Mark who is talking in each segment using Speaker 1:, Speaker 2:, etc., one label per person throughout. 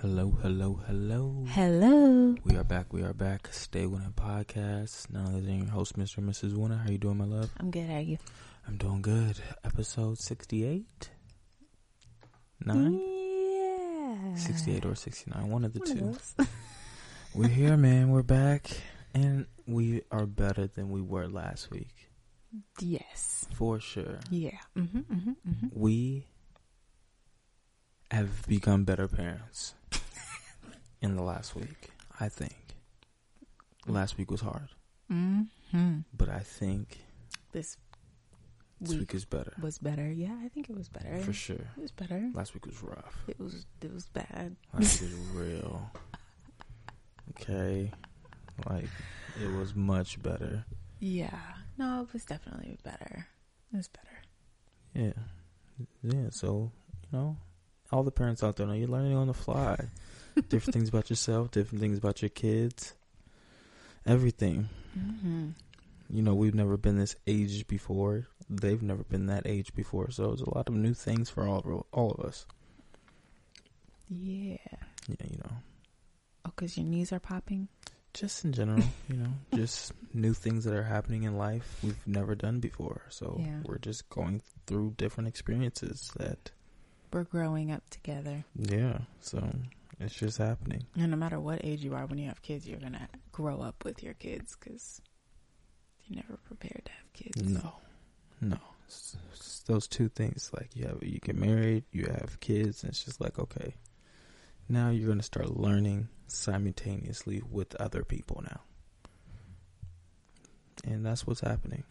Speaker 1: Hello, hello, hello.
Speaker 2: Hello.
Speaker 1: We are back. We are back. Stay Winning Podcast. Now, this is your host, Mr. and Mrs. Winner. How you doing, my love?
Speaker 2: I'm good. How are you?
Speaker 1: I'm doing good. Episode 68? 9?
Speaker 2: Yeah.
Speaker 1: 68 or 69. One of the
Speaker 2: One of
Speaker 1: two.
Speaker 2: those.
Speaker 1: We're here, man. We're back. And we are better than we were last week.
Speaker 2: yes.
Speaker 1: For sure.
Speaker 2: Yeah. Mm-hmm, mm-hmm, mm-hmm.
Speaker 1: We have become better parents in the last week, I think. Last week was hard,
Speaker 2: Mm-hmm.
Speaker 1: but I think
Speaker 2: This
Speaker 1: this
Speaker 2: week
Speaker 1: week is better.
Speaker 2: was better. Yeah, I think it was better.
Speaker 1: For sure.
Speaker 2: It was better.
Speaker 1: Last week was rough.
Speaker 2: It was. It was bad.
Speaker 1: Last week was real. Okay. Like, it was much better.
Speaker 2: Yeah. No, it was definitely better. It was better.
Speaker 1: Yeah. Yeah, so, you know, all the parents out there know you're learning on the fly. different things about yourself, different things about your kids, everything.
Speaker 2: Mm-hmm.
Speaker 1: You know, we've never been this age before. They've never been that age before. So it's a lot of new things for all of, all of us.
Speaker 2: Yeah.
Speaker 1: Yeah, you know,
Speaker 2: Oh, cause your knees are popping.
Speaker 1: just in general, you know, just new things that are happening in life we've never done before. So
Speaker 2: Yeah.
Speaker 1: we're just going through different experiences that,
Speaker 2: We're growing up together.
Speaker 1: yeah, so it's just happening.
Speaker 2: And no matter what age you are, when you have kids, you're gonna grow up with your kids because you're never prepared to have kids.
Speaker 1: No, no. It's, it's those two things. Like you have, you get married, you have kids, and it's just like okay, now you're gonna start learning simultaneously with other people now, and that's what's happening.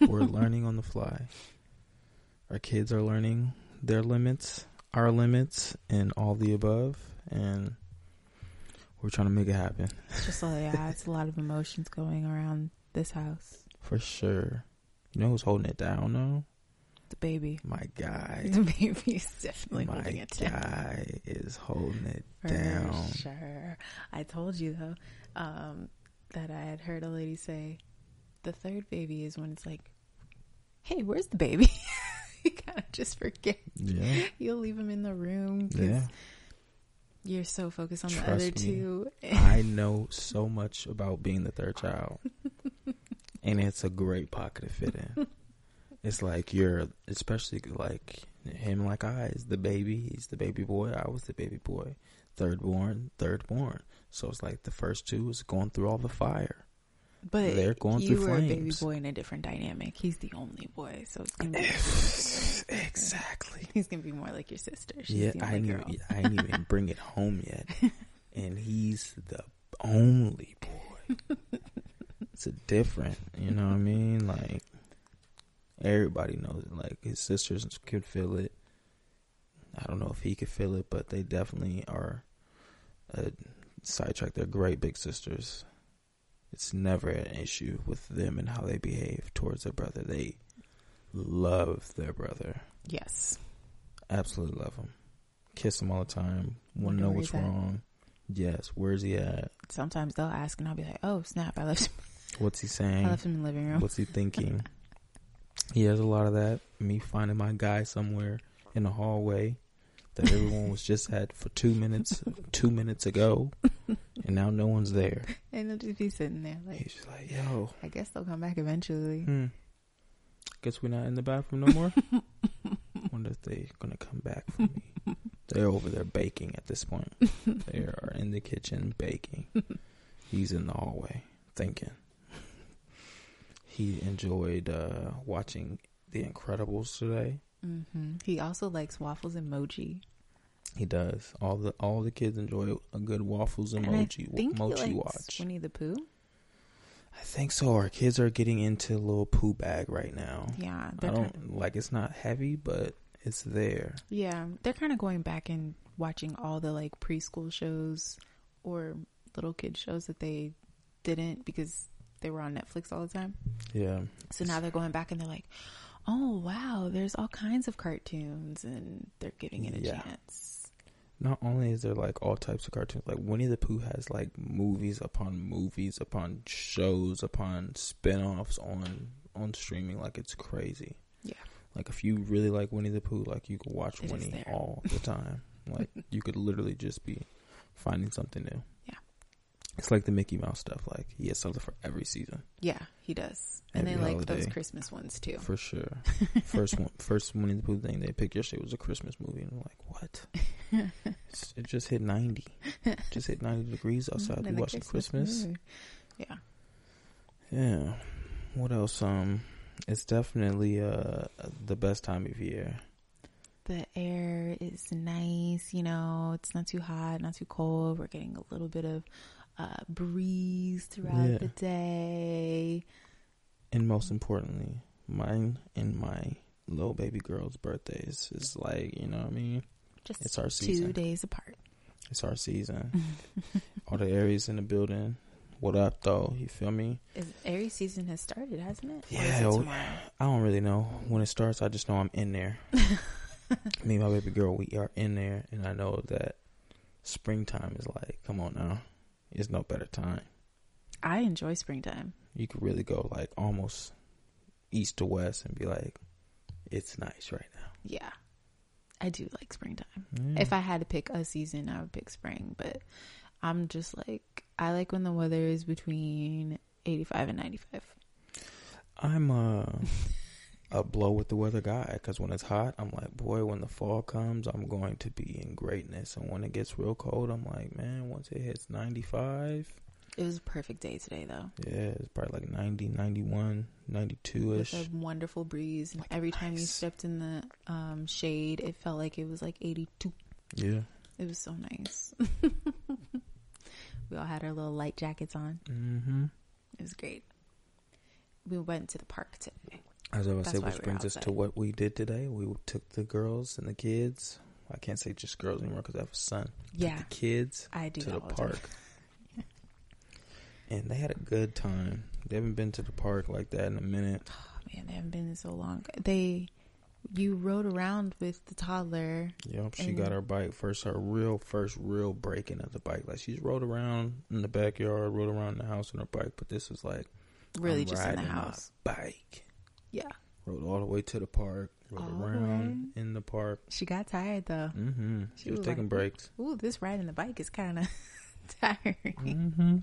Speaker 1: We're learning on the fly. Our kids are learning their limits, our limits, and all the above, and we're trying to make it happen
Speaker 2: It's just like, yeah, it's a lot of emotions going around this house.
Speaker 1: for sure. You know who's holding it down though?
Speaker 2: The baby.
Speaker 1: My guy.
Speaker 2: The baby is definitely
Speaker 1: My
Speaker 2: holding it down.
Speaker 1: guy is holding it
Speaker 2: For
Speaker 1: down.
Speaker 2: sure. I told you though, um, that I had heard a lady say the third baby is when it's like, Hey, where's the baby? you kinda just forget.
Speaker 1: Yeah,
Speaker 2: You'll leave him in the room 'cause
Speaker 1: yeah.
Speaker 2: you're so focused on
Speaker 1: Trust
Speaker 2: the other
Speaker 1: me.
Speaker 2: two.
Speaker 1: I know so much about being the third child, and it's a great pocket to fit in. It's like you're, especially like him, like I is the baby. He's the baby boy. I was the baby boy, third born, third born. So it's like the first two is going through all the fire.
Speaker 2: But
Speaker 1: They're going
Speaker 2: you
Speaker 1: through
Speaker 2: were a baby
Speaker 1: flames.
Speaker 2: boy in a different dynamic. He's the only boy, so it's gonna be
Speaker 1: exactly.
Speaker 2: he's gonna be more like your sister. She's
Speaker 1: yeah,
Speaker 2: the
Speaker 1: I
Speaker 2: only
Speaker 1: didn't,
Speaker 2: girl.
Speaker 1: even, I didn't even bring it home yet, and he's the only boy. it's a different, you know what I mean? Like everybody knows it. Like his sisters could feel it. I don't know if he could feel it, but they definitely are. Uh, sidetrack. They're great big sisters. It's never an issue with them and how they behave towards their brother. They love their brother
Speaker 2: Yes.
Speaker 1: absolutely love him. Kiss him all the time. Want
Speaker 2: Wonder
Speaker 1: to know
Speaker 2: where
Speaker 1: what's
Speaker 2: he's at.
Speaker 1: wrong. Yes, where's he at?
Speaker 2: Sometimes they'll ask, and I'll be like, "Oh snap! I left.
Speaker 1: What's he
Speaker 2: I
Speaker 1: saying?
Speaker 2: left him in the living room.
Speaker 1: What's he thinking? he has a lot of that. Me finding my guy somewhere in the hallway that everyone was just at for two minutes, two minutes ago, and now no one's there.
Speaker 2: And they'll just be sitting there, like,
Speaker 1: He's just like, yo,
Speaker 2: I guess they'll come back eventually.
Speaker 1: hmm, guess we're not in the bathroom no more. Wonder if they're gonna come back for me. They're over there baking at this point. They are in the kitchen baking. He's in the hallway thinking. He enjoyed uh, watching The Incredibles today.
Speaker 2: hmm He also likes waffles emoji.
Speaker 1: He does. All the all the kids enjoy a good waffles and mochi
Speaker 2: I think
Speaker 1: mochi
Speaker 2: he likes
Speaker 1: watch.
Speaker 2: Winnie the Pooh.
Speaker 1: I think so. Our kids are getting into a little poo bag right now.
Speaker 2: Yeah,
Speaker 1: I
Speaker 2: they're
Speaker 1: don't
Speaker 2: Kind
Speaker 1: like it's not heavy, but it's there.
Speaker 2: of, yeah, they're kind of going back and watching all the like preschool shows or little kid shows that they didn't because they were on Netflix all the time.
Speaker 1: Yeah.
Speaker 2: So now they're going back and they're like, oh, wow, there's all kinds of cartoons and they're giving it a
Speaker 1: Yeah.
Speaker 2: chance.
Speaker 1: not only is there like all types of cartoons, like Winnie the Pooh has like movies upon movies upon shows upon spin-offs on on streaming. Like it's crazy.
Speaker 2: Yeah.
Speaker 1: Like if you really like Winnie the Pooh, like you could watch
Speaker 2: It is
Speaker 1: Winnie
Speaker 2: there.
Speaker 1: all the time. Like you could literally just be finding something new.
Speaker 2: Yeah.
Speaker 1: It's like the Mickey Mouse stuff. Like he has something for every season,
Speaker 2: Yeah, he does. And
Speaker 1: Every
Speaker 2: they like those
Speaker 1: holiday.
Speaker 2: Christmas ones too.
Speaker 1: for sure. first one, first Winnie the Pooh thing they picked yesterday was a Christmas movie, and I'm like, what? It's- it just hit ninety. Just hit ninety degrees outside.
Speaker 2: And
Speaker 1: We
Speaker 2: Mm-hmm. the
Speaker 1: watching Christmas.
Speaker 2: movie. Mm-hmm. Yeah.
Speaker 1: Yeah. What else? Um, it's definitely uh the best time of year.
Speaker 2: The air is nice, you know, it's not too hot, not too cold. We're getting a little bit of uh, breeze throughout
Speaker 1: Yeah.
Speaker 2: the day.
Speaker 1: and most importantly, mine and my little baby girl's birthdays is like, you know what I mean?
Speaker 2: Just
Speaker 1: It's our
Speaker 2: two
Speaker 1: season.
Speaker 2: days apart.
Speaker 1: It's our season. All the Aries in the building. What up, though? You feel me?
Speaker 2: Is Aries season has started, hasn't it? Or is
Speaker 1: Yeah,
Speaker 2: it
Speaker 1: oh,
Speaker 2: tomorrow?
Speaker 1: I don't really know when it starts. I just know I'm in there. Me and my baby girl, we are in there, and I know that springtime is like, come on now, it's no better time.
Speaker 2: I enjoy springtime.
Speaker 1: You could really go like almost east to west and be like, it's nice right
Speaker 2: Yeah. I do like springtime.
Speaker 1: now.
Speaker 2: If I had to pick a season, I would pick spring, but I'm just like I like when the weather is between 85 and 95.
Speaker 1: I'm a a blow with the weather guy because when it's hot, I'm like, boy, when the fall comes, I'm going to be in greatness. And when it gets real cold, I'm like, man, once it hits 95,
Speaker 2: It was a perfect day today though.
Speaker 1: yeah, it's probably like 90, 91, 92
Speaker 2: With
Speaker 1: ish.
Speaker 2: a wonderful breeze and
Speaker 1: Like
Speaker 2: every time you
Speaker 1: nice.
Speaker 2: stepped in the um, shade, it felt like it was like 82.
Speaker 1: Yeah.
Speaker 2: It was so nice. we all had our little light jackets on.
Speaker 1: Mm-hmm.
Speaker 2: It was great. We went to the park today.
Speaker 1: As I was say,
Speaker 2: That's why
Speaker 1: which
Speaker 2: we're
Speaker 1: brings us to
Speaker 2: outside.
Speaker 1: what we did today. We took the girls and the kids. I can't say just girls anymore because I have a son.
Speaker 2: Yeah,
Speaker 1: The kids
Speaker 2: I do
Speaker 1: to
Speaker 2: that
Speaker 1: the
Speaker 2: all the time.
Speaker 1: park. and they had a good time. They haven't been to the park like that in a minute.
Speaker 2: Man, they haven't been in so long. They, you rode around with the toddler.
Speaker 1: Yep, she
Speaker 2: And-
Speaker 1: got her bike first, her real first real breaking of the bike. Like she's rode around in the backyard, rode around the house on her bike, but this was like
Speaker 2: Really,
Speaker 1: I'm
Speaker 2: just in the
Speaker 1: riding my
Speaker 2: house.
Speaker 1: bike.
Speaker 2: Yeah,
Speaker 1: Rode all the way to the park, rode
Speaker 2: All the
Speaker 1: around in the park.
Speaker 2: she got tired though.
Speaker 1: hmm She,
Speaker 2: She
Speaker 1: was,
Speaker 2: was
Speaker 1: taking
Speaker 2: like-
Speaker 1: breaks.
Speaker 2: Ooh, this riding the bike is kind of tiring.
Speaker 1: Mm-hmm.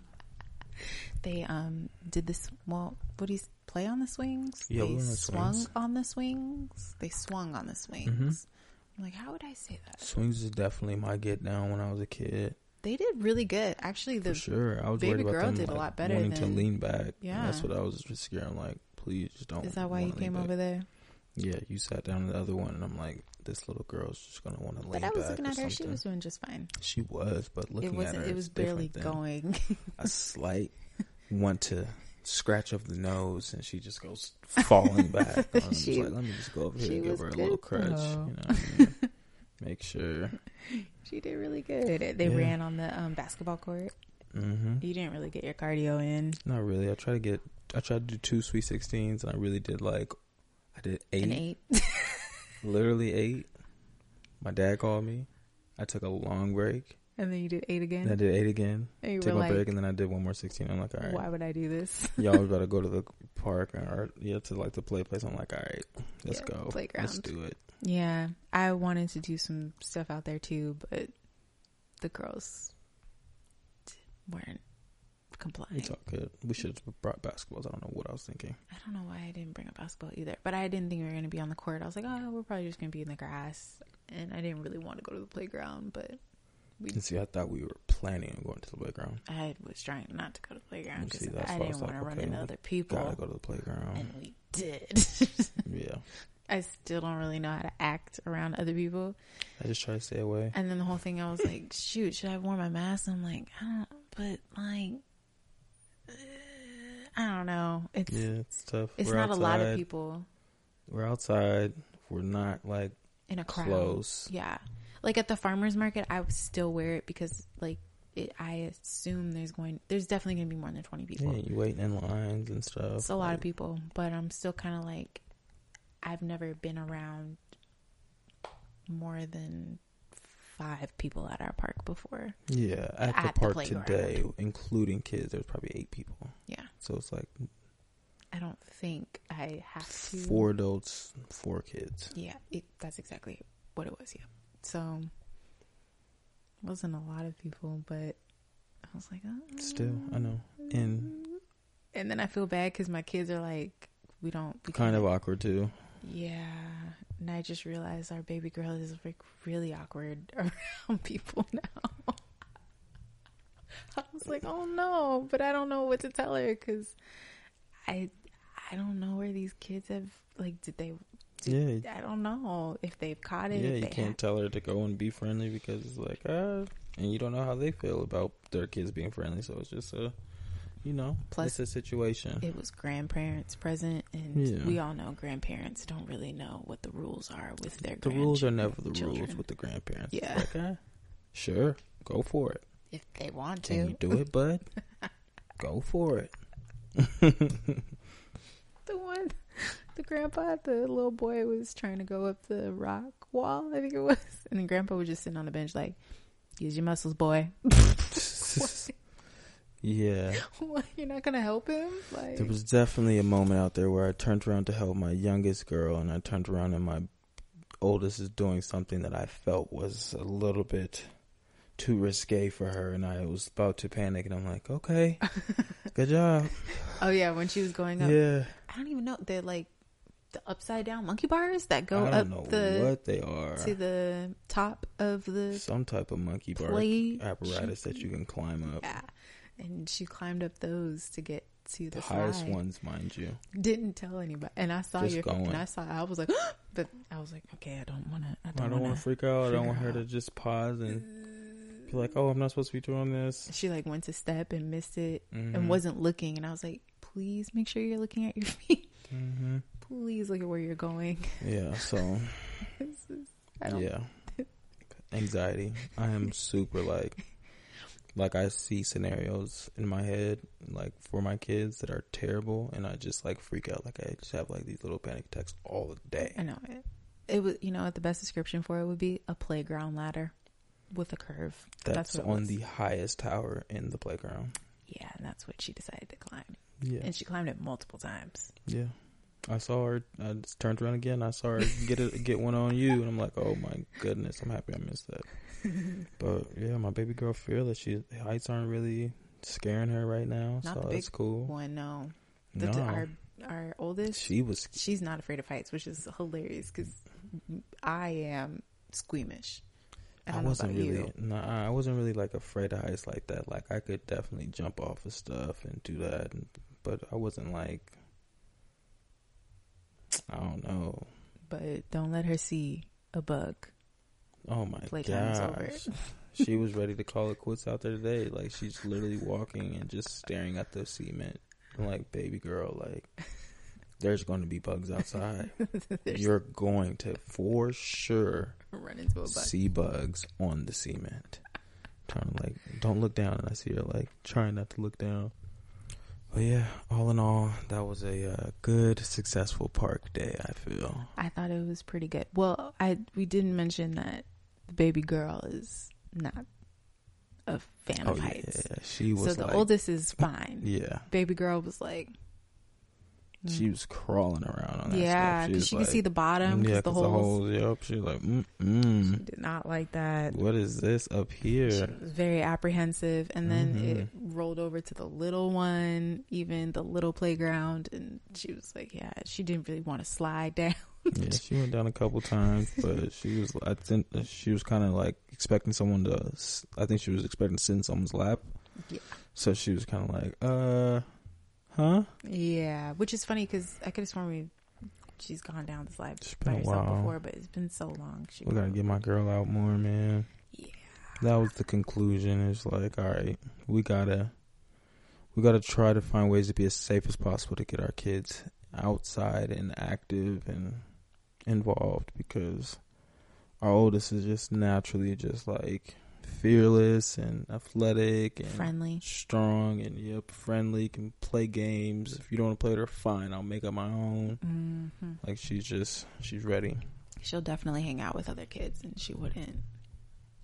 Speaker 2: They um did this. Well, what do you s- play on the swings?
Speaker 1: Yeah,
Speaker 2: they
Speaker 1: we're on the
Speaker 2: swung
Speaker 1: swings.
Speaker 2: on the swings. They swung on the swings.
Speaker 1: Mm-hmm.
Speaker 2: I'm like, how would I say that?
Speaker 1: Swings is definitely my get down when I was a kid.
Speaker 2: They did really good, actually.
Speaker 1: For
Speaker 2: The
Speaker 1: sure, I was
Speaker 2: baby
Speaker 1: worried about
Speaker 2: girl
Speaker 1: them,
Speaker 2: did a
Speaker 1: like,
Speaker 2: lot better
Speaker 1: wanting
Speaker 2: than-
Speaker 1: to lean back. and
Speaker 2: Yeah.
Speaker 1: that's what I was just scared. I'm like, please, just don't.
Speaker 2: is that why you
Speaker 1: wanna lean
Speaker 2: came
Speaker 1: back.
Speaker 2: over there?
Speaker 1: Yeah, you sat down in the other one, and I'm like, this little girl's just gonna want to lean
Speaker 2: But
Speaker 1: back.
Speaker 2: I was looking
Speaker 1: or
Speaker 2: at her; she
Speaker 1: something.
Speaker 2: was doing just fine.
Speaker 1: She was, but looking
Speaker 2: it
Speaker 1: at
Speaker 2: wasn't.
Speaker 1: her,
Speaker 2: It was barely going.
Speaker 1: A slight want to scratch of the nose, and she just goes falling back. And I'm just
Speaker 2: She-
Speaker 1: like, let me just go over here
Speaker 2: she
Speaker 1: and give
Speaker 2: was
Speaker 1: her a little
Speaker 2: good,
Speaker 1: crutch. You
Speaker 2: though.
Speaker 1: know, what I mean? make sure.
Speaker 2: She did really good. They
Speaker 1: Yeah.
Speaker 2: ran on the um, basketball court.
Speaker 1: hmm
Speaker 2: You didn't really get your cardio in.
Speaker 1: Not really. I try to get. I tried to do two sweet sixteens, and I really did like. I did
Speaker 2: An
Speaker 1: eight,
Speaker 2: eight.
Speaker 1: literally eight. My dad called me. I took a long break.
Speaker 2: And then you did eight again.
Speaker 1: Then I did eight again.
Speaker 2: and you
Speaker 1: took
Speaker 2: were
Speaker 1: my
Speaker 2: like,
Speaker 1: break, and then I did one more sixteen. I'm like, all right.
Speaker 2: why would I do this?
Speaker 1: Y'all was about to go to the park or yeah to like the play place. I'm like, all right, let's
Speaker 2: Yeah,
Speaker 1: go. Let's
Speaker 2: playground.
Speaker 1: do it.
Speaker 2: Yeah. I wanted to do some stuff out there too, but the girls t- weren't complying.
Speaker 1: It's all good. We should have brought basketballs. I don't know what I was thinking.
Speaker 2: I don't know why I didn't bring a basketball either, but I didn't think we were going to be on the court. I was like, oh, we're probably just going to be in the grass. And I didn't really want to go to the playground, but we
Speaker 1: And see, I thought we were planning on going to the playground.
Speaker 2: I was trying not to go to the playground
Speaker 1: You see,
Speaker 2: because
Speaker 1: that's
Speaker 2: I
Speaker 1: why I
Speaker 2: didn't
Speaker 1: was like,
Speaker 2: want to run
Speaker 1: okay,
Speaker 2: into
Speaker 1: we
Speaker 2: other people,
Speaker 1: Gotta go to the playground.
Speaker 2: and we did.
Speaker 1: yeah,
Speaker 2: I still don't really know how to act around other people.
Speaker 1: I just try to stay away.
Speaker 2: And then the whole thing, I was like, shoot, should I wear my mask? And I'm like, I don't, but like, uh, I don't know. It's
Speaker 1: Yeah, it's tough.
Speaker 2: it's
Speaker 1: We're
Speaker 2: not a lot of
Speaker 1: outside.
Speaker 2: people
Speaker 1: We're outside. We're not like
Speaker 2: in a crowd.
Speaker 1: close.
Speaker 2: Yeah, like at the farmers market, I would still wear it because like. It, I assume there's going, there's definitely going to be more than 20 people.
Speaker 1: Yeah, you waiting in lines and stuff.
Speaker 2: It's a lot of people, but I'm still kind of like, I've never been around more than five people at our park before.
Speaker 1: Yeah, at,
Speaker 2: At the
Speaker 1: the park
Speaker 2: playground.
Speaker 1: today, including kids, there's probably eight people.
Speaker 2: Yeah.
Speaker 1: So it's like
Speaker 2: I don't think I have to.
Speaker 1: four adults, four kids.
Speaker 2: Yeah, it, that's exactly what it was. Yeah. So wasn't a lot of people, but I was like, oh.
Speaker 1: Still, I know. And
Speaker 2: and then I feel bad because my kids are like, we don't. We
Speaker 1: kind
Speaker 2: can't-
Speaker 1: of awkward too.
Speaker 2: Yeah, and I just realized our baby girl is like really awkward around people now. I was like, oh no, but I don't know what to tell her because I I don't know where these kids have like did they
Speaker 1: Yeah.
Speaker 2: I don't know if they've caught it.
Speaker 1: Yeah,
Speaker 2: if
Speaker 1: you
Speaker 2: they
Speaker 1: can't tell her to go and be friendly because it's like, ah, and you don't know how they feel about their kids being friendly. So it's just a, you know,
Speaker 2: Plus-
Speaker 1: it's a situation.
Speaker 2: have- It was grandparents present, and
Speaker 1: Yeah.
Speaker 2: we all know grandparents don't really know what the rules are with their.
Speaker 1: the rules are never the rules
Speaker 2: grandchildren.
Speaker 1: with the grandparents.
Speaker 2: Yeah.
Speaker 1: It's like, ah, sure, go for it.
Speaker 2: if they want
Speaker 1: Can
Speaker 2: to.
Speaker 1: you do it, bud? go for it.
Speaker 2: the one the grandpa the little boy was trying to go up the rock wall i think it was and then grandpa was just sitting on the bench like use your muscles boy
Speaker 1: yeah.
Speaker 2: what you're not gonna help him like
Speaker 1: There was definitely a moment out there where I turned around to help my youngest girl, and I turned around and my oldest is doing something that I felt was a little bit too risque for her, and I was about to panic, and I'm like, okay, good job.
Speaker 2: oh yeah when she was going up
Speaker 1: Yeah.
Speaker 2: i don't even know they're like the upside down monkey bars that go
Speaker 1: I don't
Speaker 2: up
Speaker 1: know
Speaker 2: the
Speaker 1: what they are.
Speaker 2: to the top of the
Speaker 1: Some type of monkey bar
Speaker 2: plate
Speaker 1: apparatus that you can climb up.
Speaker 2: yeah and she climbed up those to get to the,
Speaker 1: The highest
Speaker 2: slide.
Speaker 1: ones, mind you.
Speaker 2: didn't tell anybody and i saw
Speaker 1: Just
Speaker 2: your
Speaker 1: going.
Speaker 2: and i saw i was like but i was like okay i don't want to i
Speaker 1: I
Speaker 2: don't,
Speaker 1: don't
Speaker 2: want
Speaker 1: want
Speaker 2: to
Speaker 1: to freak out. I don't
Speaker 2: figure
Speaker 1: want her
Speaker 2: out. Uh,
Speaker 1: to just pause and be like, oh, I'm not supposed to be doing this.
Speaker 2: she like went to step and missed it
Speaker 1: Mhm.
Speaker 2: and wasn't looking and i was like please make sure you're looking at your feet
Speaker 1: Mhm.
Speaker 2: please look at where you're going
Speaker 1: Yeah, so.
Speaker 2: I don't-
Speaker 1: Yeah. Anxiety. I am super like like I see scenarios in my head like for my kids that are terrible and I just like freak out like I just have like these little panic attacks all day.
Speaker 2: i know it it was you know what the best description for it would be a playground ladder with a curve
Speaker 1: That's,
Speaker 2: That's what it
Speaker 1: on
Speaker 2: was.
Speaker 1: the highest tower in the playground.
Speaker 2: yeah and that's what she decided to climb
Speaker 1: Yeah.
Speaker 2: and she climbed it multiple times
Speaker 1: yeah. I saw her I just turned around again. I saw her get it get one on you and I'm like, "Oh my goodness, I'm happy I missed that." But yeah, my baby girl feels that she heights aren't really scaring her right now.
Speaker 2: Not
Speaker 1: so
Speaker 2: the big
Speaker 1: that's cool.
Speaker 2: one no the, our our oldest
Speaker 1: She was
Speaker 2: she's not afraid of heights which is hilarious because i am squeamish i
Speaker 1: I,
Speaker 2: don't know
Speaker 1: wasn't
Speaker 2: about
Speaker 1: really
Speaker 2: you
Speaker 1: nah, I wasn't really like afraid of heights like that. Like I could definitely jump off of stuff and do that, and, but I wasn't like I don't know.
Speaker 2: but don't let her see a bug
Speaker 1: Oh my
Speaker 2: Playtime is over.
Speaker 1: gosh. she was ready to call it quits out there today. Like she's literally walking and just staring at the cement. I'm like, baby girl, like there's going to be bugs outside.
Speaker 2: There's-
Speaker 1: You're going to for sure
Speaker 2: run into a bug.
Speaker 1: sea bugs on the cement. Trying to like, don't look down, and I see her like trying not to look down. But yeah, all in all, that was a uh, good, successful park day. I feel.
Speaker 2: I thought it was pretty good. Well, I we didn't mention that the baby girl is not a fan
Speaker 1: Oh
Speaker 2: of
Speaker 1: yeah,
Speaker 2: heights.
Speaker 1: she was
Speaker 2: So the
Speaker 1: like,
Speaker 2: oldest is fine.
Speaker 1: yeah,
Speaker 2: Baby girl was like, mm,
Speaker 1: she was crawling around on that.
Speaker 2: yeah,
Speaker 1: because
Speaker 2: because she could see the bottom because
Speaker 1: mm, yeah,
Speaker 2: the
Speaker 1: 'cause the
Speaker 2: holes.
Speaker 1: holes. Yep, she was like,
Speaker 2: She
Speaker 1: mm,
Speaker 2: did not like that.
Speaker 1: what is this up
Speaker 2: She
Speaker 1: here?
Speaker 2: was very apprehensive, and then
Speaker 1: Mhm.
Speaker 2: it rolled over to the little one, even the little playground, and she was like, "Yeah, she didn't really want to slide down."
Speaker 1: Yeah, she went down a couple times, but she was. I think uh, she was kind of like expecting someone to. s- I think she was expecting to sit in someone's lap.
Speaker 2: Yeah.
Speaker 1: So she was kind of like, uh, huh?
Speaker 2: Yeah, which is funny because I could have sworn we she's gone down the slide
Speaker 1: It's
Speaker 2: by
Speaker 1: been a
Speaker 2: herself
Speaker 1: while.
Speaker 2: before, but it's been so long. She
Speaker 1: Oh, We gotta
Speaker 2: probably-
Speaker 1: get my girl out more, man.
Speaker 2: Yeah.
Speaker 1: That was the conclusion. It's like, all right, we gotta, we gotta try to find ways to be as safe as possible to get our kids outside and active and involved because our oldest is just naturally just like fearless and athletic and
Speaker 2: friendly.
Speaker 1: strong and yep, friendly. Can play games. If you don't want to play with her, fine. I'll make up my own.
Speaker 2: hmm
Speaker 1: Like she's just, she's ready.
Speaker 2: She'll definitely hang out with other kids, and she wouldn't.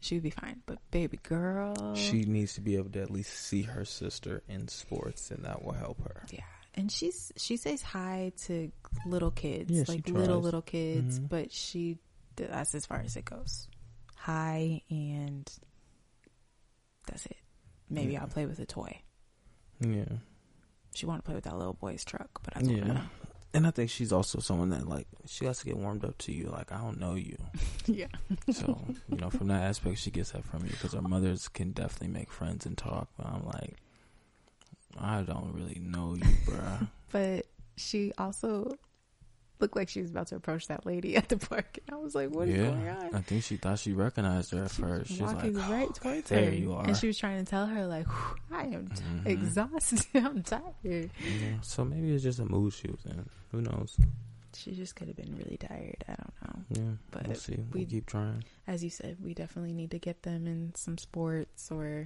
Speaker 2: she would be fine. But baby girl,
Speaker 1: She needs to be able to at least see her sister in sports, and that will help her.
Speaker 2: yeah. And she's she says hi to little kids,
Speaker 1: Yeah, she
Speaker 2: like little
Speaker 1: tries.
Speaker 2: little kids,
Speaker 1: Mhm.
Speaker 2: but she that's as far as it goes. Hi and that's it. Maybe
Speaker 1: Yeah.
Speaker 2: I'll play with a toy.
Speaker 1: Yeah.
Speaker 2: She wanted to play with that little boy's truck, but I don't
Speaker 1: Yeah.
Speaker 2: know.
Speaker 1: And I think she's also someone that like she has to get warmed up to you. Like I don't know you,
Speaker 2: yeah.
Speaker 1: so you know from that aspect she gets that from you because our mothers can definitely make friends and talk. But I'm like, I don't really know you, bruh.
Speaker 2: but she also looked like she was about to approach that lady at the park, and I was like, "What is going on?"
Speaker 1: I think she thought she recognized her at
Speaker 2: She was
Speaker 1: first. She's like,
Speaker 2: walking right towards
Speaker 1: there
Speaker 2: her,
Speaker 1: you are.
Speaker 2: and she was trying to tell her like, "Whew, "I am t-
Speaker 1: Mhm.
Speaker 2: exhausted. I'm tired."
Speaker 1: Yeah, so maybe it's just a mood she was in. Who knows?
Speaker 2: She just could have been really tired. I don't know.
Speaker 1: Yeah,
Speaker 2: But
Speaker 1: we'll see. We
Speaker 2: we-
Speaker 1: will keep trying.
Speaker 2: As you said, we definitely need to get them in some sports or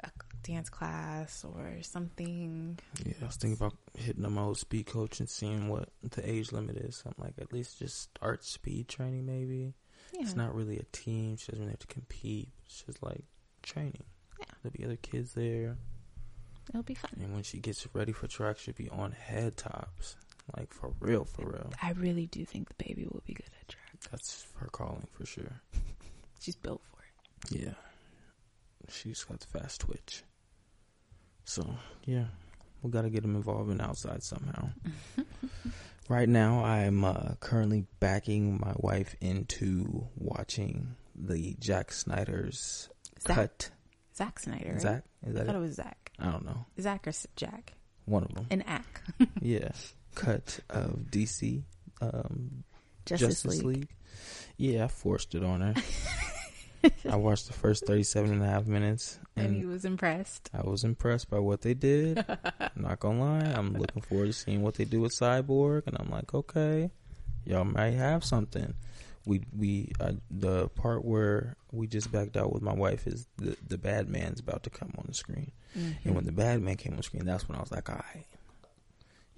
Speaker 2: a dance class or something.
Speaker 1: Yeah, I was thinking about hitting them old speed coach and seeing what the age limit is. I'm like, at least just start speed training. Maybe
Speaker 2: Yeah,
Speaker 1: it's not really a team. She doesn't really have to compete. It's just like training.
Speaker 2: Yeah.
Speaker 1: There'll be other kids there,
Speaker 2: it'll be fun.
Speaker 1: and when she gets ready for track, she'll be on head tops. Like for real, for real.
Speaker 2: I really do think the baby will be good at track.
Speaker 1: That's her calling for sure.
Speaker 2: She's built for it.
Speaker 1: Yeah. She's got the fast twitch. So, yeah. We got to get them involved in outside somehow. right now, I'm uh, currently backing my wife into watching the Jack Snyder's
Speaker 2: Zach,
Speaker 1: cut.
Speaker 2: Zack Snyder. Right?
Speaker 1: Zach? Is
Speaker 2: I
Speaker 1: that
Speaker 2: thought
Speaker 1: it?
Speaker 2: it was Zach.
Speaker 1: I don't know.
Speaker 2: Zach or S- Jack?
Speaker 1: One of them.
Speaker 2: An act.
Speaker 1: yeah. Cut of DC um,
Speaker 2: Justice, League.
Speaker 1: Yeah, I forced it on her. I watched the first 37 and a half minutes.
Speaker 2: And, he was impressed. Mm.
Speaker 1: I was impressed by what they did. not gonna lie, I'm looking forward to seeing what they do with Cyborg, and I'm like, okay, y'all might have something. We we uh, the part where we just backed out with my wife is the the bad man's about to come on the screen, and
Speaker 2: Hmm.
Speaker 1: when the bad man came on the screen, that's when I was like, all right,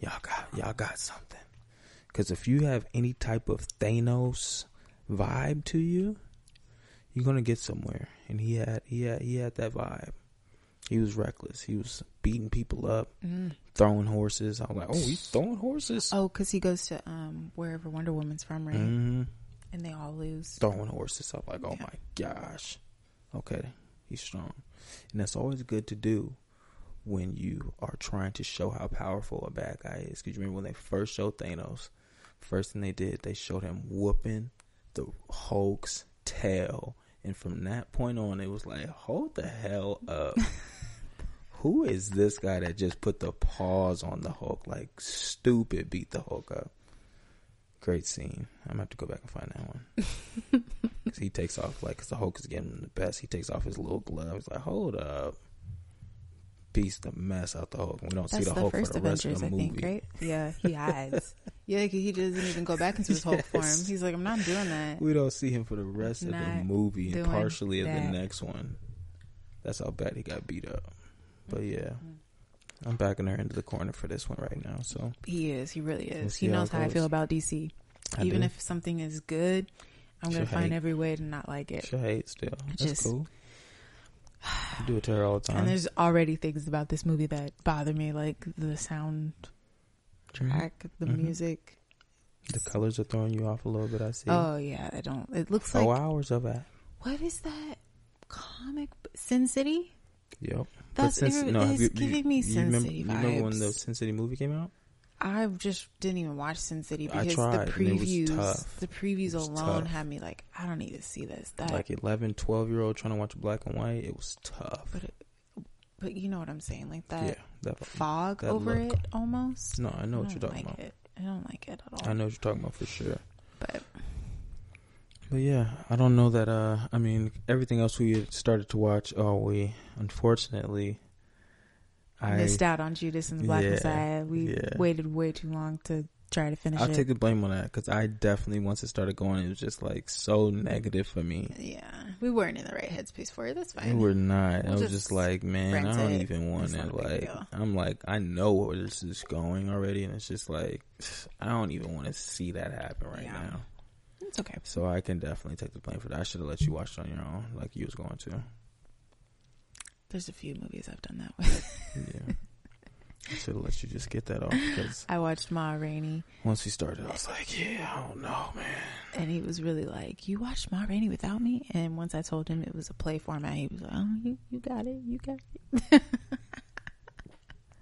Speaker 1: y'all got y'all got something, because if you have any type of Thanos vibe to you, you're gonna get somewhere. And he had he had he had that vibe. He was reckless. He was beating people up,
Speaker 2: Mm.
Speaker 1: throwing horses. I was like, oh, he's throwing horses.
Speaker 2: Oh, because he goes to um wherever Wonder Woman's from, right?
Speaker 1: Mhm.
Speaker 2: And they all lose.
Speaker 1: Throwing horses. I was like, oh
Speaker 2: Yeah.
Speaker 1: my gosh. Okay, he's strong, and that's always good to do when you are trying to show how powerful a bad guy is. Because you remember when they first showed Thanos, first thing they did, they showed him whooping the Hulk's tail, and from that point on, it was like, hold the hell up. Who is this guy that just put the paws on the Hulk? Like stupid, beat the Hulk up. Great scene. I'm gonna have to go back and find that one. 'Cause he takes off like, cause the Hulk is getting the best. He takes off his little gloves. Like, hold up, beats the mess out the Hulk. We don't see
Speaker 2: That's
Speaker 1: the,
Speaker 2: the
Speaker 1: Hulk for
Speaker 2: first
Speaker 1: the rest of
Speaker 2: Avengers,
Speaker 1: the
Speaker 2: I
Speaker 1: movie.
Speaker 2: think, right? Yeah, he hides. yeah, like, he doesn't even go back into his Hulk form.
Speaker 1: Yes.
Speaker 2: He's like, I'm not doing that.
Speaker 1: We don't see him for the rest of the
Speaker 2: Not
Speaker 1: movie
Speaker 2: doing
Speaker 1: and partially of the
Speaker 2: that.
Speaker 1: next one. That's how bad he got beat up. But yeah,
Speaker 2: Mm.
Speaker 1: I'm backing her into the corner for this one right now. So
Speaker 2: He is. He really
Speaker 1: We'll
Speaker 2: is.
Speaker 1: see
Speaker 2: he
Speaker 1: how
Speaker 2: knows
Speaker 1: it
Speaker 2: how I
Speaker 1: goes.
Speaker 2: feel about DC.
Speaker 1: I
Speaker 2: even
Speaker 1: do.
Speaker 2: if something is good, I'm gonna
Speaker 1: She'll
Speaker 2: find
Speaker 1: hate.
Speaker 2: every way to not like it.
Speaker 1: she hates still, that's
Speaker 2: Just-
Speaker 1: cool. I do it to her all the
Speaker 2: And
Speaker 1: time.
Speaker 2: there's already things about this movie that bother me, like the sound track, the
Speaker 1: Mhm.
Speaker 2: music.
Speaker 1: The colors are throwing you off a little bit. I see.
Speaker 2: Oh yeah, I don't. It looks
Speaker 1: Four
Speaker 2: like
Speaker 1: hours of that.
Speaker 2: what is that comic b- Sin City?
Speaker 1: Yep. But
Speaker 2: That's
Speaker 1: since-
Speaker 2: irri-
Speaker 1: no, have
Speaker 2: it's
Speaker 1: you- you-
Speaker 2: giving me
Speaker 1: you
Speaker 2: Sin
Speaker 1: remember,
Speaker 2: City
Speaker 1: you
Speaker 2: vibes.
Speaker 1: remember when the Sin City movie came out?
Speaker 2: I just didn't even watch Sin City
Speaker 1: I
Speaker 2: because
Speaker 1: tried,
Speaker 2: the
Speaker 1: and it was
Speaker 2: previews,
Speaker 1: tough.
Speaker 2: the previews
Speaker 1: was
Speaker 2: alone
Speaker 1: tough.
Speaker 2: had me like, I don't need to see this. That,
Speaker 1: Like 11, 12 year old trying to watch black and white. It was tough.
Speaker 2: but it, but you know what I'm saying, like that
Speaker 1: yeah. That,
Speaker 2: fog
Speaker 1: that
Speaker 2: over
Speaker 1: look.
Speaker 2: it almost.
Speaker 1: no, I know what you're
Speaker 2: don't
Speaker 1: talking
Speaker 2: like
Speaker 1: about.
Speaker 2: It. I don't like it at all.
Speaker 1: I know what you're talking about for sure.
Speaker 2: but
Speaker 1: But yeah, I don't know that. Uh, I mean, everything else we had started to watch, oh, we unfortunately, I
Speaker 2: missed out on Judas and the Black
Speaker 1: Yeah,
Speaker 2: Messiah. We
Speaker 1: yeah.
Speaker 2: waited way too long to try to finish
Speaker 1: I'll
Speaker 2: it.
Speaker 1: take the blame on that because I definitely once it started going, it was just like so negative for me.
Speaker 2: yeah, we weren't in the right headspace for it. That's
Speaker 1: We
Speaker 2: fine.
Speaker 1: were not. I
Speaker 2: We'll
Speaker 1: was just,
Speaker 2: just
Speaker 1: like, man, I
Speaker 2: rent
Speaker 1: don't
Speaker 2: it.
Speaker 1: even want
Speaker 2: It's
Speaker 1: it.
Speaker 2: not a big
Speaker 1: Like,
Speaker 2: deal.
Speaker 1: I'm like, I know where this is going already, and it's just like, I don't even want to see that happen right
Speaker 2: Yeah.
Speaker 1: now.
Speaker 2: It's okay.
Speaker 1: So I can definitely take the blame for that. I should have let you watch it on your own, like you was going to.
Speaker 2: There's a few movies I've done that with.
Speaker 1: Yeah. I should have let you just get that off because
Speaker 2: I watched Ma Rainey,
Speaker 1: once we started, I was like, yeah, I don't know, man.
Speaker 2: and he was really like, "You watched Ma Rainey without me." And once I told him it was a play format, he was like, "Oh, you, you got it, you got it."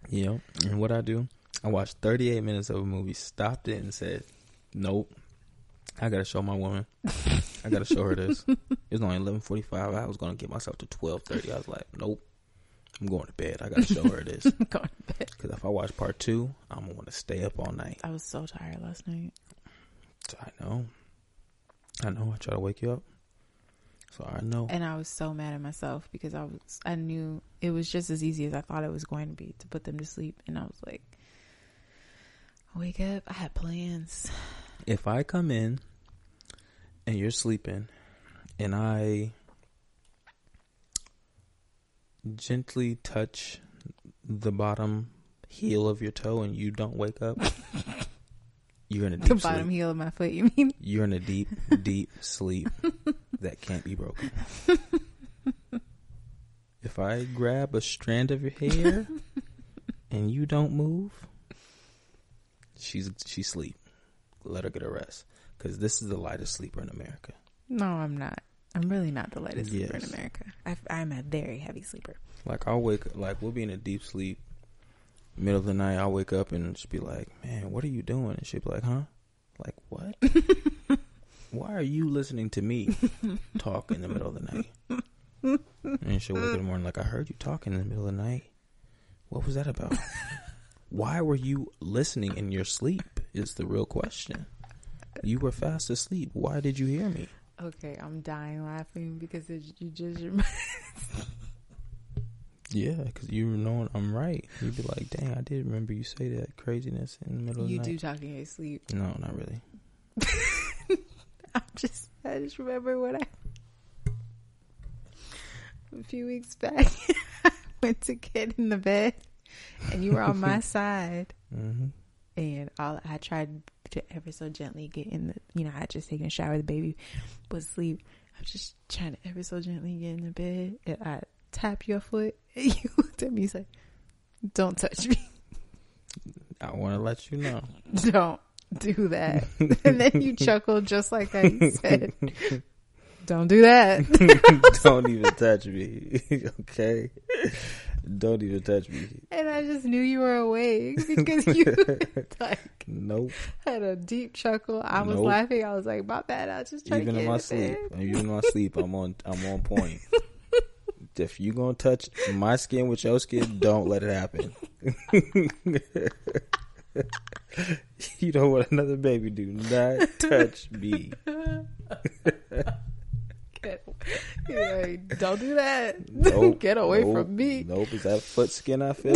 Speaker 1: Yep. And what I do, I watched 38 minutes of a movie, stopped it, and said, nope. I gotta show my woman. I gotta show her this. It was only 11:45. I was gonna get myself to 12:30. I was like, nope. I'm going to bed. I gotta show her this.
Speaker 2: Going to bed.
Speaker 1: Because if I watch part two, I'm gonna want to stay up all night.
Speaker 2: I was so tired last night.
Speaker 1: I know. I know. I try to wake you up. So I know.
Speaker 2: And I was so mad at myself because I was I knew it was just as easy as I thought it was going to be to put them to sleep and I was like wake up, I had plans.
Speaker 1: If I come in and you're sleeping and I gently touch the bottom heel of your toe and you don't wake up, you're in a deep
Speaker 2: The
Speaker 1: sleep.
Speaker 2: bottom heel of my foot, you mean?
Speaker 1: You're in a deep, deep sleep that can't be broken. If I grab a strand of your hair and you don't move, she's she's sleep. Let her get a rest because this is the lightest sleeper in America.
Speaker 2: No, I'm not. I'm really not the lightest sleeper in
Speaker 1: Yes.
Speaker 2: America. I, I'm a very heavy sleeper.
Speaker 1: Like I'll wake like we'll be in a deep sleep, middle of the night. I'll wake up and she'll be like, "Man, what are you doing?" And she'll be like, "Huh? Like what? Why are you listening to me talk in the middle of the night?" And she'll wake up in the morning like, "I heard you talking in the middle of the night. What was that about? Why were you listening in your sleep?" Is the real question. You were fast asleep. Why did you hear me?
Speaker 2: Okay, I'm dying laughing because it, you just remind
Speaker 1: Yeah, because you were knowing I'm right. You'd be like, "Dang, I did remember you say that craziness in the middle
Speaker 2: you
Speaker 1: of the night."
Speaker 2: do talking in your sleep.
Speaker 1: No, not really.
Speaker 2: I'm just I just remember what I a few weeks back I went to get in the bed and you were on my side
Speaker 1: hmm
Speaker 2: and all I tried to ever so gently get in the you know, I had just taken a shower, the baby was asleep. I'm just trying to ever so gently get in the bed and I tap your foot and you looked at me and said, Don't touch me.
Speaker 1: I want to let you know.
Speaker 2: Don't do that. and then you chuckled just like that you said. Don't do that.
Speaker 1: Don't even touch me, okay? Don't even touch me.
Speaker 2: And I just knew you were awake because you like
Speaker 1: Nope.
Speaker 2: had a deep chuckle. I was
Speaker 1: Nope.
Speaker 2: laughing. I was like, "My bad." I was just trying
Speaker 1: Even
Speaker 2: to
Speaker 1: in
Speaker 2: get
Speaker 1: my
Speaker 2: in
Speaker 1: sleep,
Speaker 2: bed.
Speaker 1: even in my sleep, I'm on. I'm on point. if you gonna touch my skin with your skin, don't let it happen. you don't want another baby. Do not touch me.
Speaker 2: Get- You're like, Don't do that.
Speaker 1: Nope,
Speaker 2: Get away
Speaker 1: nope,
Speaker 2: from me.
Speaker 1: Nope. Is that foot skin I feel?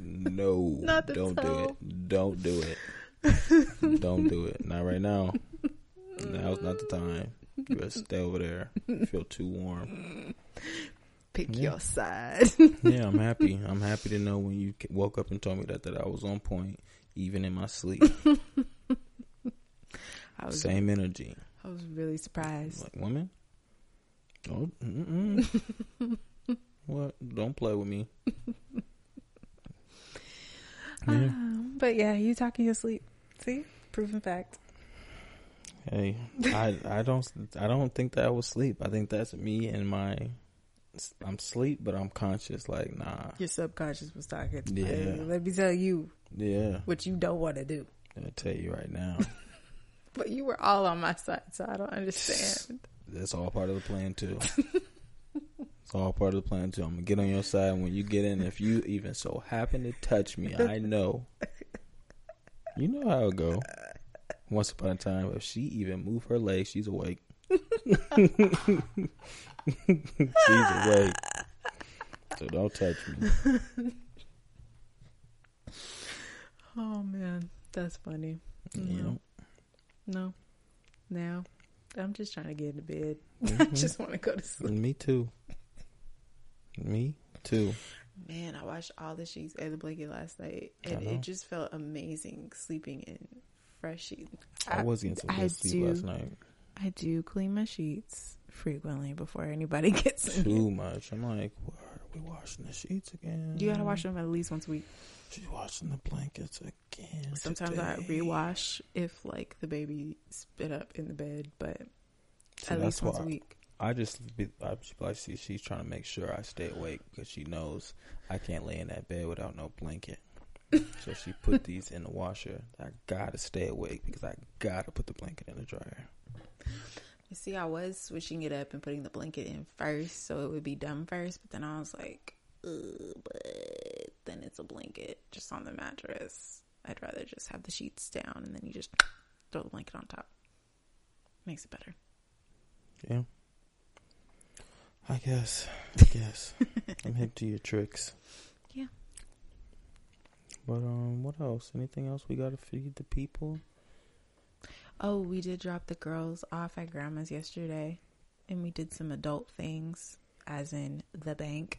Speaker 1: no.
Speaker 2: Not the
Speaker 1: don't
Speaker 2: toe.
Speaker 1: do it. Don't do it. don't do it. Not right now. Now's not the time. You better stay over there. You feel too warm.
Speaker 2: Pick
Speaker 1: Yeah.
Speaker 2: your side.
Speaker 1: Yeah, I'm happy. I'm happy to know when you ca- woke up and told me that that I was on point, even in my sleep.
Speaker 2: I was
Speaker 1: Same energy.
Speaker 2: I was really surprised.
Speaker 1: Like women, don't mm-mm. what? Don't play with me. Yeah.
Speaker 2: Um, but yeah, you talking your sleep. See, proven fact.
Speaker 1: Hey, I I don't I don't think that I was sleep. I think that's me and my I'm sleep, but I'm conscious. Like nah,
Speaker 2: Your subconscious was talking.
Speaker 1: Yeah.
Speaker 2: Hey, let me tell you
Speaker 1: yeah.
Speaker 2: what you don't want to do.
Speaker 1: I tell you right now,
Speaker 2: But you were all on my side, so I don't understand.
Speaker 1: that's all part of the plan too. It's all part of the plan too. I'm gonna get on your side when you get in. If you even so happen to touch me, I know. You know how it go. Once upon a time, if she even move her leg, she's awake. she's awake. So don't touch me.
Speaker 2: Oh man, that's funny.
Speaker 1: You know.
Speaker 2: No. Now, I'm just trying to get into bed. I
Speaker 1: Mhm.
Speaker 2: just want to go to sleep.
Speaker 1: Me too. Me too.
Speaker 2: Man, I watched all the sheets and the blanket last night,
Speaker 1: I
Speaker 2: and
Speaker 1: know.
Speaker 2: it just felt amazing sleeping in freshie.
Speaker 1: I, wasn't getting some
Speaker 2: I
Speaker 1: good sleep
Speaker 2: do-
Speaker 1: last night.
Speaker 2: I do clean my sheets frequently before anybody gets in. here.
Speaker 1: Too much. I'm like, "Word, we washing the sheets again.
Speaker 2: You gotta wash them at least once a week.
Speaker 1: She's washing the blankets again.
Speaker 2: Sometimes I
Speaker 1: today."
Speaker 2: rewash if like the baby spit up in the bed, but
Speaker 1: See,
Speaker 2: at
Speaker 1: that's
Speaker 2: least once
Speaker 1: why
Speaker 2: a week.
Speaker 1: I just be, I just be like she, she's trying to make sure I stay awake because she knows I can't lay in that bed without no blanket. so she put these in the washer. I gotta stay awake because I gotta put the blanket in the dryer.
Speaker 2: You see, I was switching it up and putting the blanket in first, so it would be done first. But then I was like, Ugh, but then it's a blanket just on the mattress. I'd rather just have the sheets down and then you just throw the blanket on top. Makes it better.
Speaker 1: Yeah. I guess. I guess. I'm hip to your tricks.
Speaker 2: Yeah.
Speaker 1: But um, what else? Anything else we gotta feed the people?
Speaker 2: Oh, we did drop the girls off at grandma's yesterday, and we did some adult things, as in the bank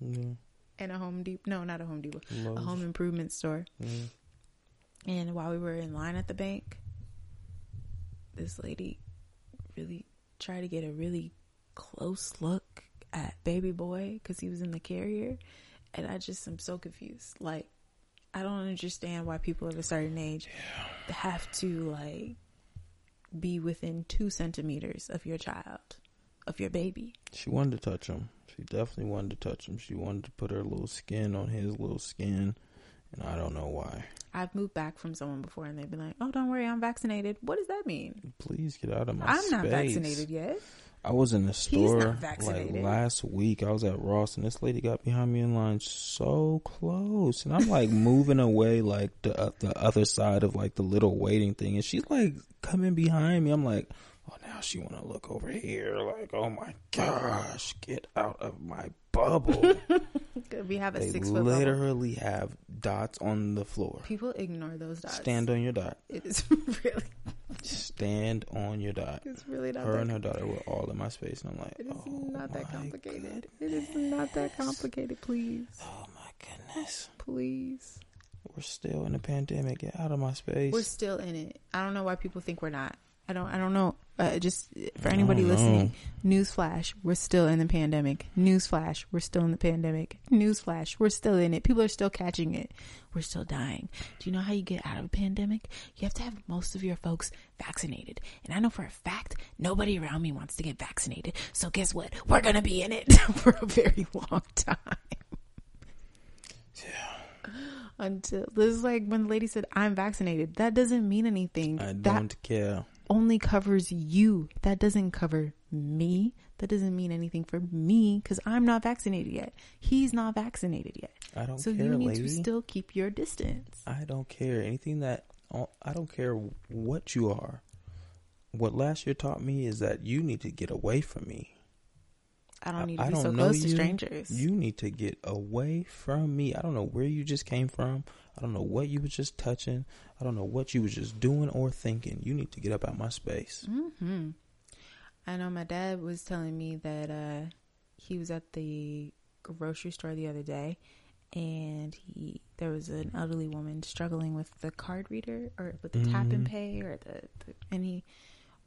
Speaker 1: Yeah.
Speaker 2: and a Home Depot. No, not a Home Depot,
Speaker 1: Lowe's.
Speaker 2: a home improvement store.
Speaker 1: Yeah.
Speaker 2: And while we were in line at the bank, this lady really tried to get a really close look at baby boy because he was in the carrier. And I just am so confused. Like, I don't understand why people of a certain age have to, like, be within two centimeters of your child, of your baby.
Speaker 1: She wanted to touch him. She definitely wanted to touch him. She wanted to put her little skin on his little skin, and I don't know why.
Speaker 2: I've moved back from someone before and they've been like, oh, don't worry, I'm vaccinated. What does that mean?
Speaker 1: Please get out of my
Speaker 2: I'm
Speaker 1: space.
Speaker 2: not vaccinated yet.
Speaker 1: I was in the
Speaker 2: not
Speaker 1: store like
Speaker 2: vaccinated.
Speaker 1: last week. I was at Ross, and this lady got behind me in line so close, and I'm like moving away, like the uh, the other side of like the little waiting thing, and she's like coming behind me. I'm like, oh, now she want to look over here. Like, oh my gosh, get out of my bubble.
Speaker 2: We have a
Speaker 1: They
Speaker 2: six foot
Speaker 1: literally have dots on the floor.
Speaker 2: People ignore those dots.
Speaker 1: Stand on your dot.
Speaker 2: It is really,
Speaker 1: Stand on your dot.
Speaker 2: it's really not
Speaker 1: Her
Speaker 2: that.
Speaker 1: and her daughter were all in my space, and I'm like,
Speaker 2: it is
Speaker 1: oh
Speaker 2: not that
Speaker 1: my
Speaker 2: complicated.
Speaker 1: good-
Speaker 2: It is not that complicated. Please,
Speaker 1: oh my goodness,
Speaker 2: please.
Speaker 1: we're still in the pandemic. Get out of my space.
Speaker 2: We're still in it. I don't know why people think we're not. I don't. I don't know. Uh, just for
Speaker 1: I
Speaker 2: anybody
Speaker 1: don't know.
Speaker 2: listening, newsflash: we're still in the pandemic. Newsflash: we're still in the pandemic. Newsflash: we're still in it. People are still catching it. We're still dying. Do you know how you get out of a pandemic? You have to have most of your folks vaccinated. And I know for a fact nobody around me wants to get vaccinated. So guess what? We're gonna be in it for a very long time. Until this is like when the lady said, "I'm vaccinated." That doesn't mean anything.
Speaker 1: I
Speaker 2: That-
Speaker 1: don't care.
Speaker 2: only covers you. That doesn't cover me. That doesn't mean anything for me because I'm not vaccinated yet. He's not vaccinated yet.
Speaker 1: I don't
Speaker 2: So
Speaker 1: care,
Speaker 2: you need
Speaker 1: lady.
Speaker 2: to still keep your distance.
Speaker 1: I don't care anything that oh, I don't care what you are. What last year taught me is that you need to get away from me.
Speaker 2: I
Speaker 1: I-
Speaker 2: don't need to
Speaker 1: I
Speaker 2: be so
Speaker 1: don't know
Speaker 2: close to
Speaker 1: you.
Speaker 2: strangers.
Speaker 1: You need to get away from me. I don't know where you just came from. I don't know what you was just touching. I don't know what you was just doing or thinking. You need to get up out my space.
Speaker 2: hmm I know my dad was telling me that uh, he was at the grocery store the other day, and he there was an elderly woman struggling with the card reader or with the tap and
Speaker 1: Mhm.
Speaker 2: pay or the, the and he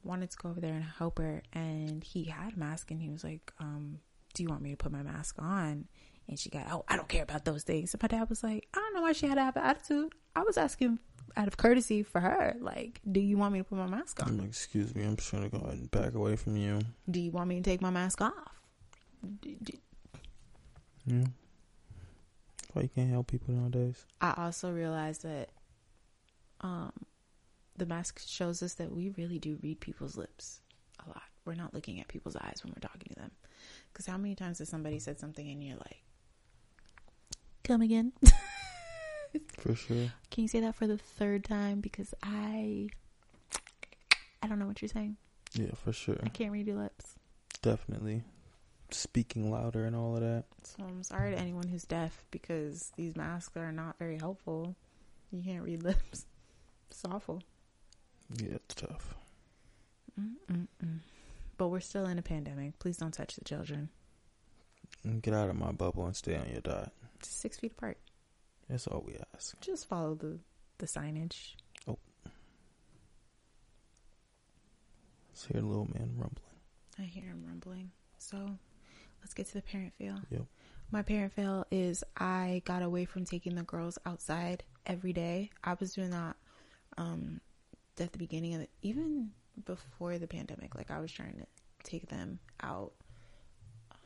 Speaker 2: wanted to go over there and help her, and he had a mask, and he was like, um, "Do you want me to put my mask on?" And she got, "Oh, I don't care about those things." And my dad was like, "I don't know why she had to have an attitude. I was asking." Out of courtesy for her, like, do you want me to put my mask on?
Speaker 1: I'm like, Mm, excuse me. I'm just gonna go ahead and back away from you.
Speaker 2: do you want me to take my mask off? D- d-
Speaker 1: Yeah. Why you can't help people nowadays?
Speaker 2: I also realized that um, the mask shows us that we really do read people's lips a lot. We're not looking at people's eyes when we're talking to them. Because how many times has somebody said something and you're like, come again?
Speaker 1: For sure.
Speaker 2: Can you say that for the third time? Because I, I don't know what you're saying.
Speaker 1: Yeah, for sure.
Speaker 2: I can't read your lips.
Speaker 1: Definitely. Speaking louder and all of that.
Speaker 2: So I'm sorry to anyone who's deaf because these masks are not very helpful. You can't read lips. It's awful.
Speaker 1: Yeah, it's tough.
Speaker 2: Mm-mm-mm. But we're still in a pandemic. Please don't touch the children.
Speaker 1: Mm, Get out of my bubble and stay on your dot.
Speaker 2: Just six feet apart.
Speaker 1: That's all we ask.
Speaker 2: Just follow the the signage.
Speaker 1: Let's hear little man rumbling.
Speaker 2: I hear him rumbling. So let's get to the parent fail.
Speaker 1: Yep.
Speaker 2: My parent fail is I got away from taking the girls outside every day. I was doing that um, at the beginning of the, even before the pandemic. Like I was trying to take them out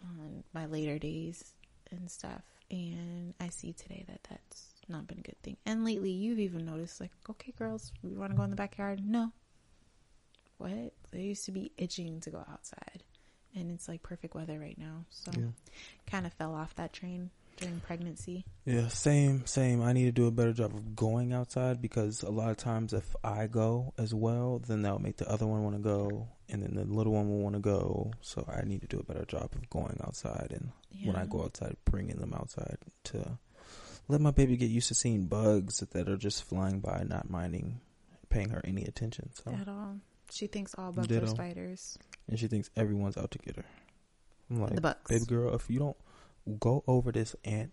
Speaker 2: on my later days and stuff. And I see today that that's not been a good thing. And lately, you've even noticed, like, okay, girls, we want to go in the backyard. No. What? They used to be itching to go outside. And it's like perfect weather right now. So
Speaker 1: Yeah.
Speaker 2: kind of fell off that train during pregnancy.
Speaker 1: Yeah, same, same. I need to do a better job of going outside because a lot of times if I go as well, then that'll make the other one want to go, and then the little one will want to go. So I need to do a better job of going outside, and when I
Speaker 2: Yeah.
Speaker 1: go outside, bringing them outside to let my baby get used to seeing bugs that are just flying by, not minding, paying her any attention. So,
Speaker 2: at all. She thinks all bugs
Speaker 1: Ditto.
Speaker 2: are spiders.
Speaker 1: and she thinks everyone's out to get her. I'm like,
Speaker 2: the bugs.
Speaker 1: baby girl, if you don't go over this ant,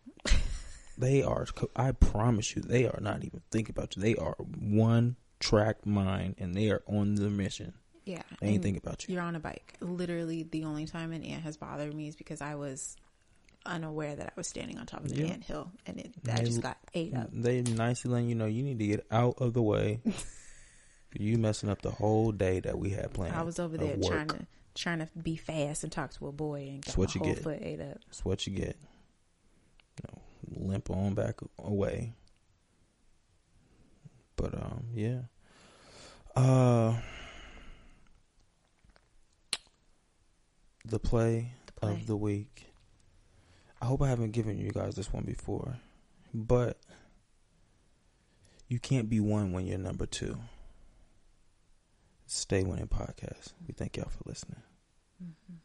Speaker 1: they are. I promise you, they are not even thinking about you. They are one track mind, and they are on the mission.
Speaker 2: yeah.
Speaker 1: They ain't
Speaker 2: and
Speaker 1: thinking about you.
Speaker 2: You're on a bike. Literally, the only time an ant has bothered me is because I was unaware that I was standing on top of an
Speaker 1: Yeah.
Speaker 2: ant hill, and it
Speaker 1: And
Speaker 2: I
Speaker 1: they
Speaker 2: just
Speaker 1: l-
Speaker 2: got ate up.
Speaker 1: They nicely letting you know you need to get out of the way. you messing up the whole day that we had planned.
Speaker 2: I was over
Speaker 1: of
Speaker 2: there
Speaker 1: work.
Speaker 2: trying to trying to be fast and talk to a boy and got
Speaker 1: That's what
Speaker 2: my
Speaker 1: you
Speaker 2: whole
Speaker 1: get.
Speaker 2: foot ate up.
Speaker 1: That's what you get. You know, limp on back away. But um, yeah. Uh, the play,
Speaker 2: The play.
Speaker 1: of the week. I hope I haven't given you guys this one before, but you can't be one when you're number two. Stay winning podcast. We thank y'all for listening.
Speaker 2: Mhm.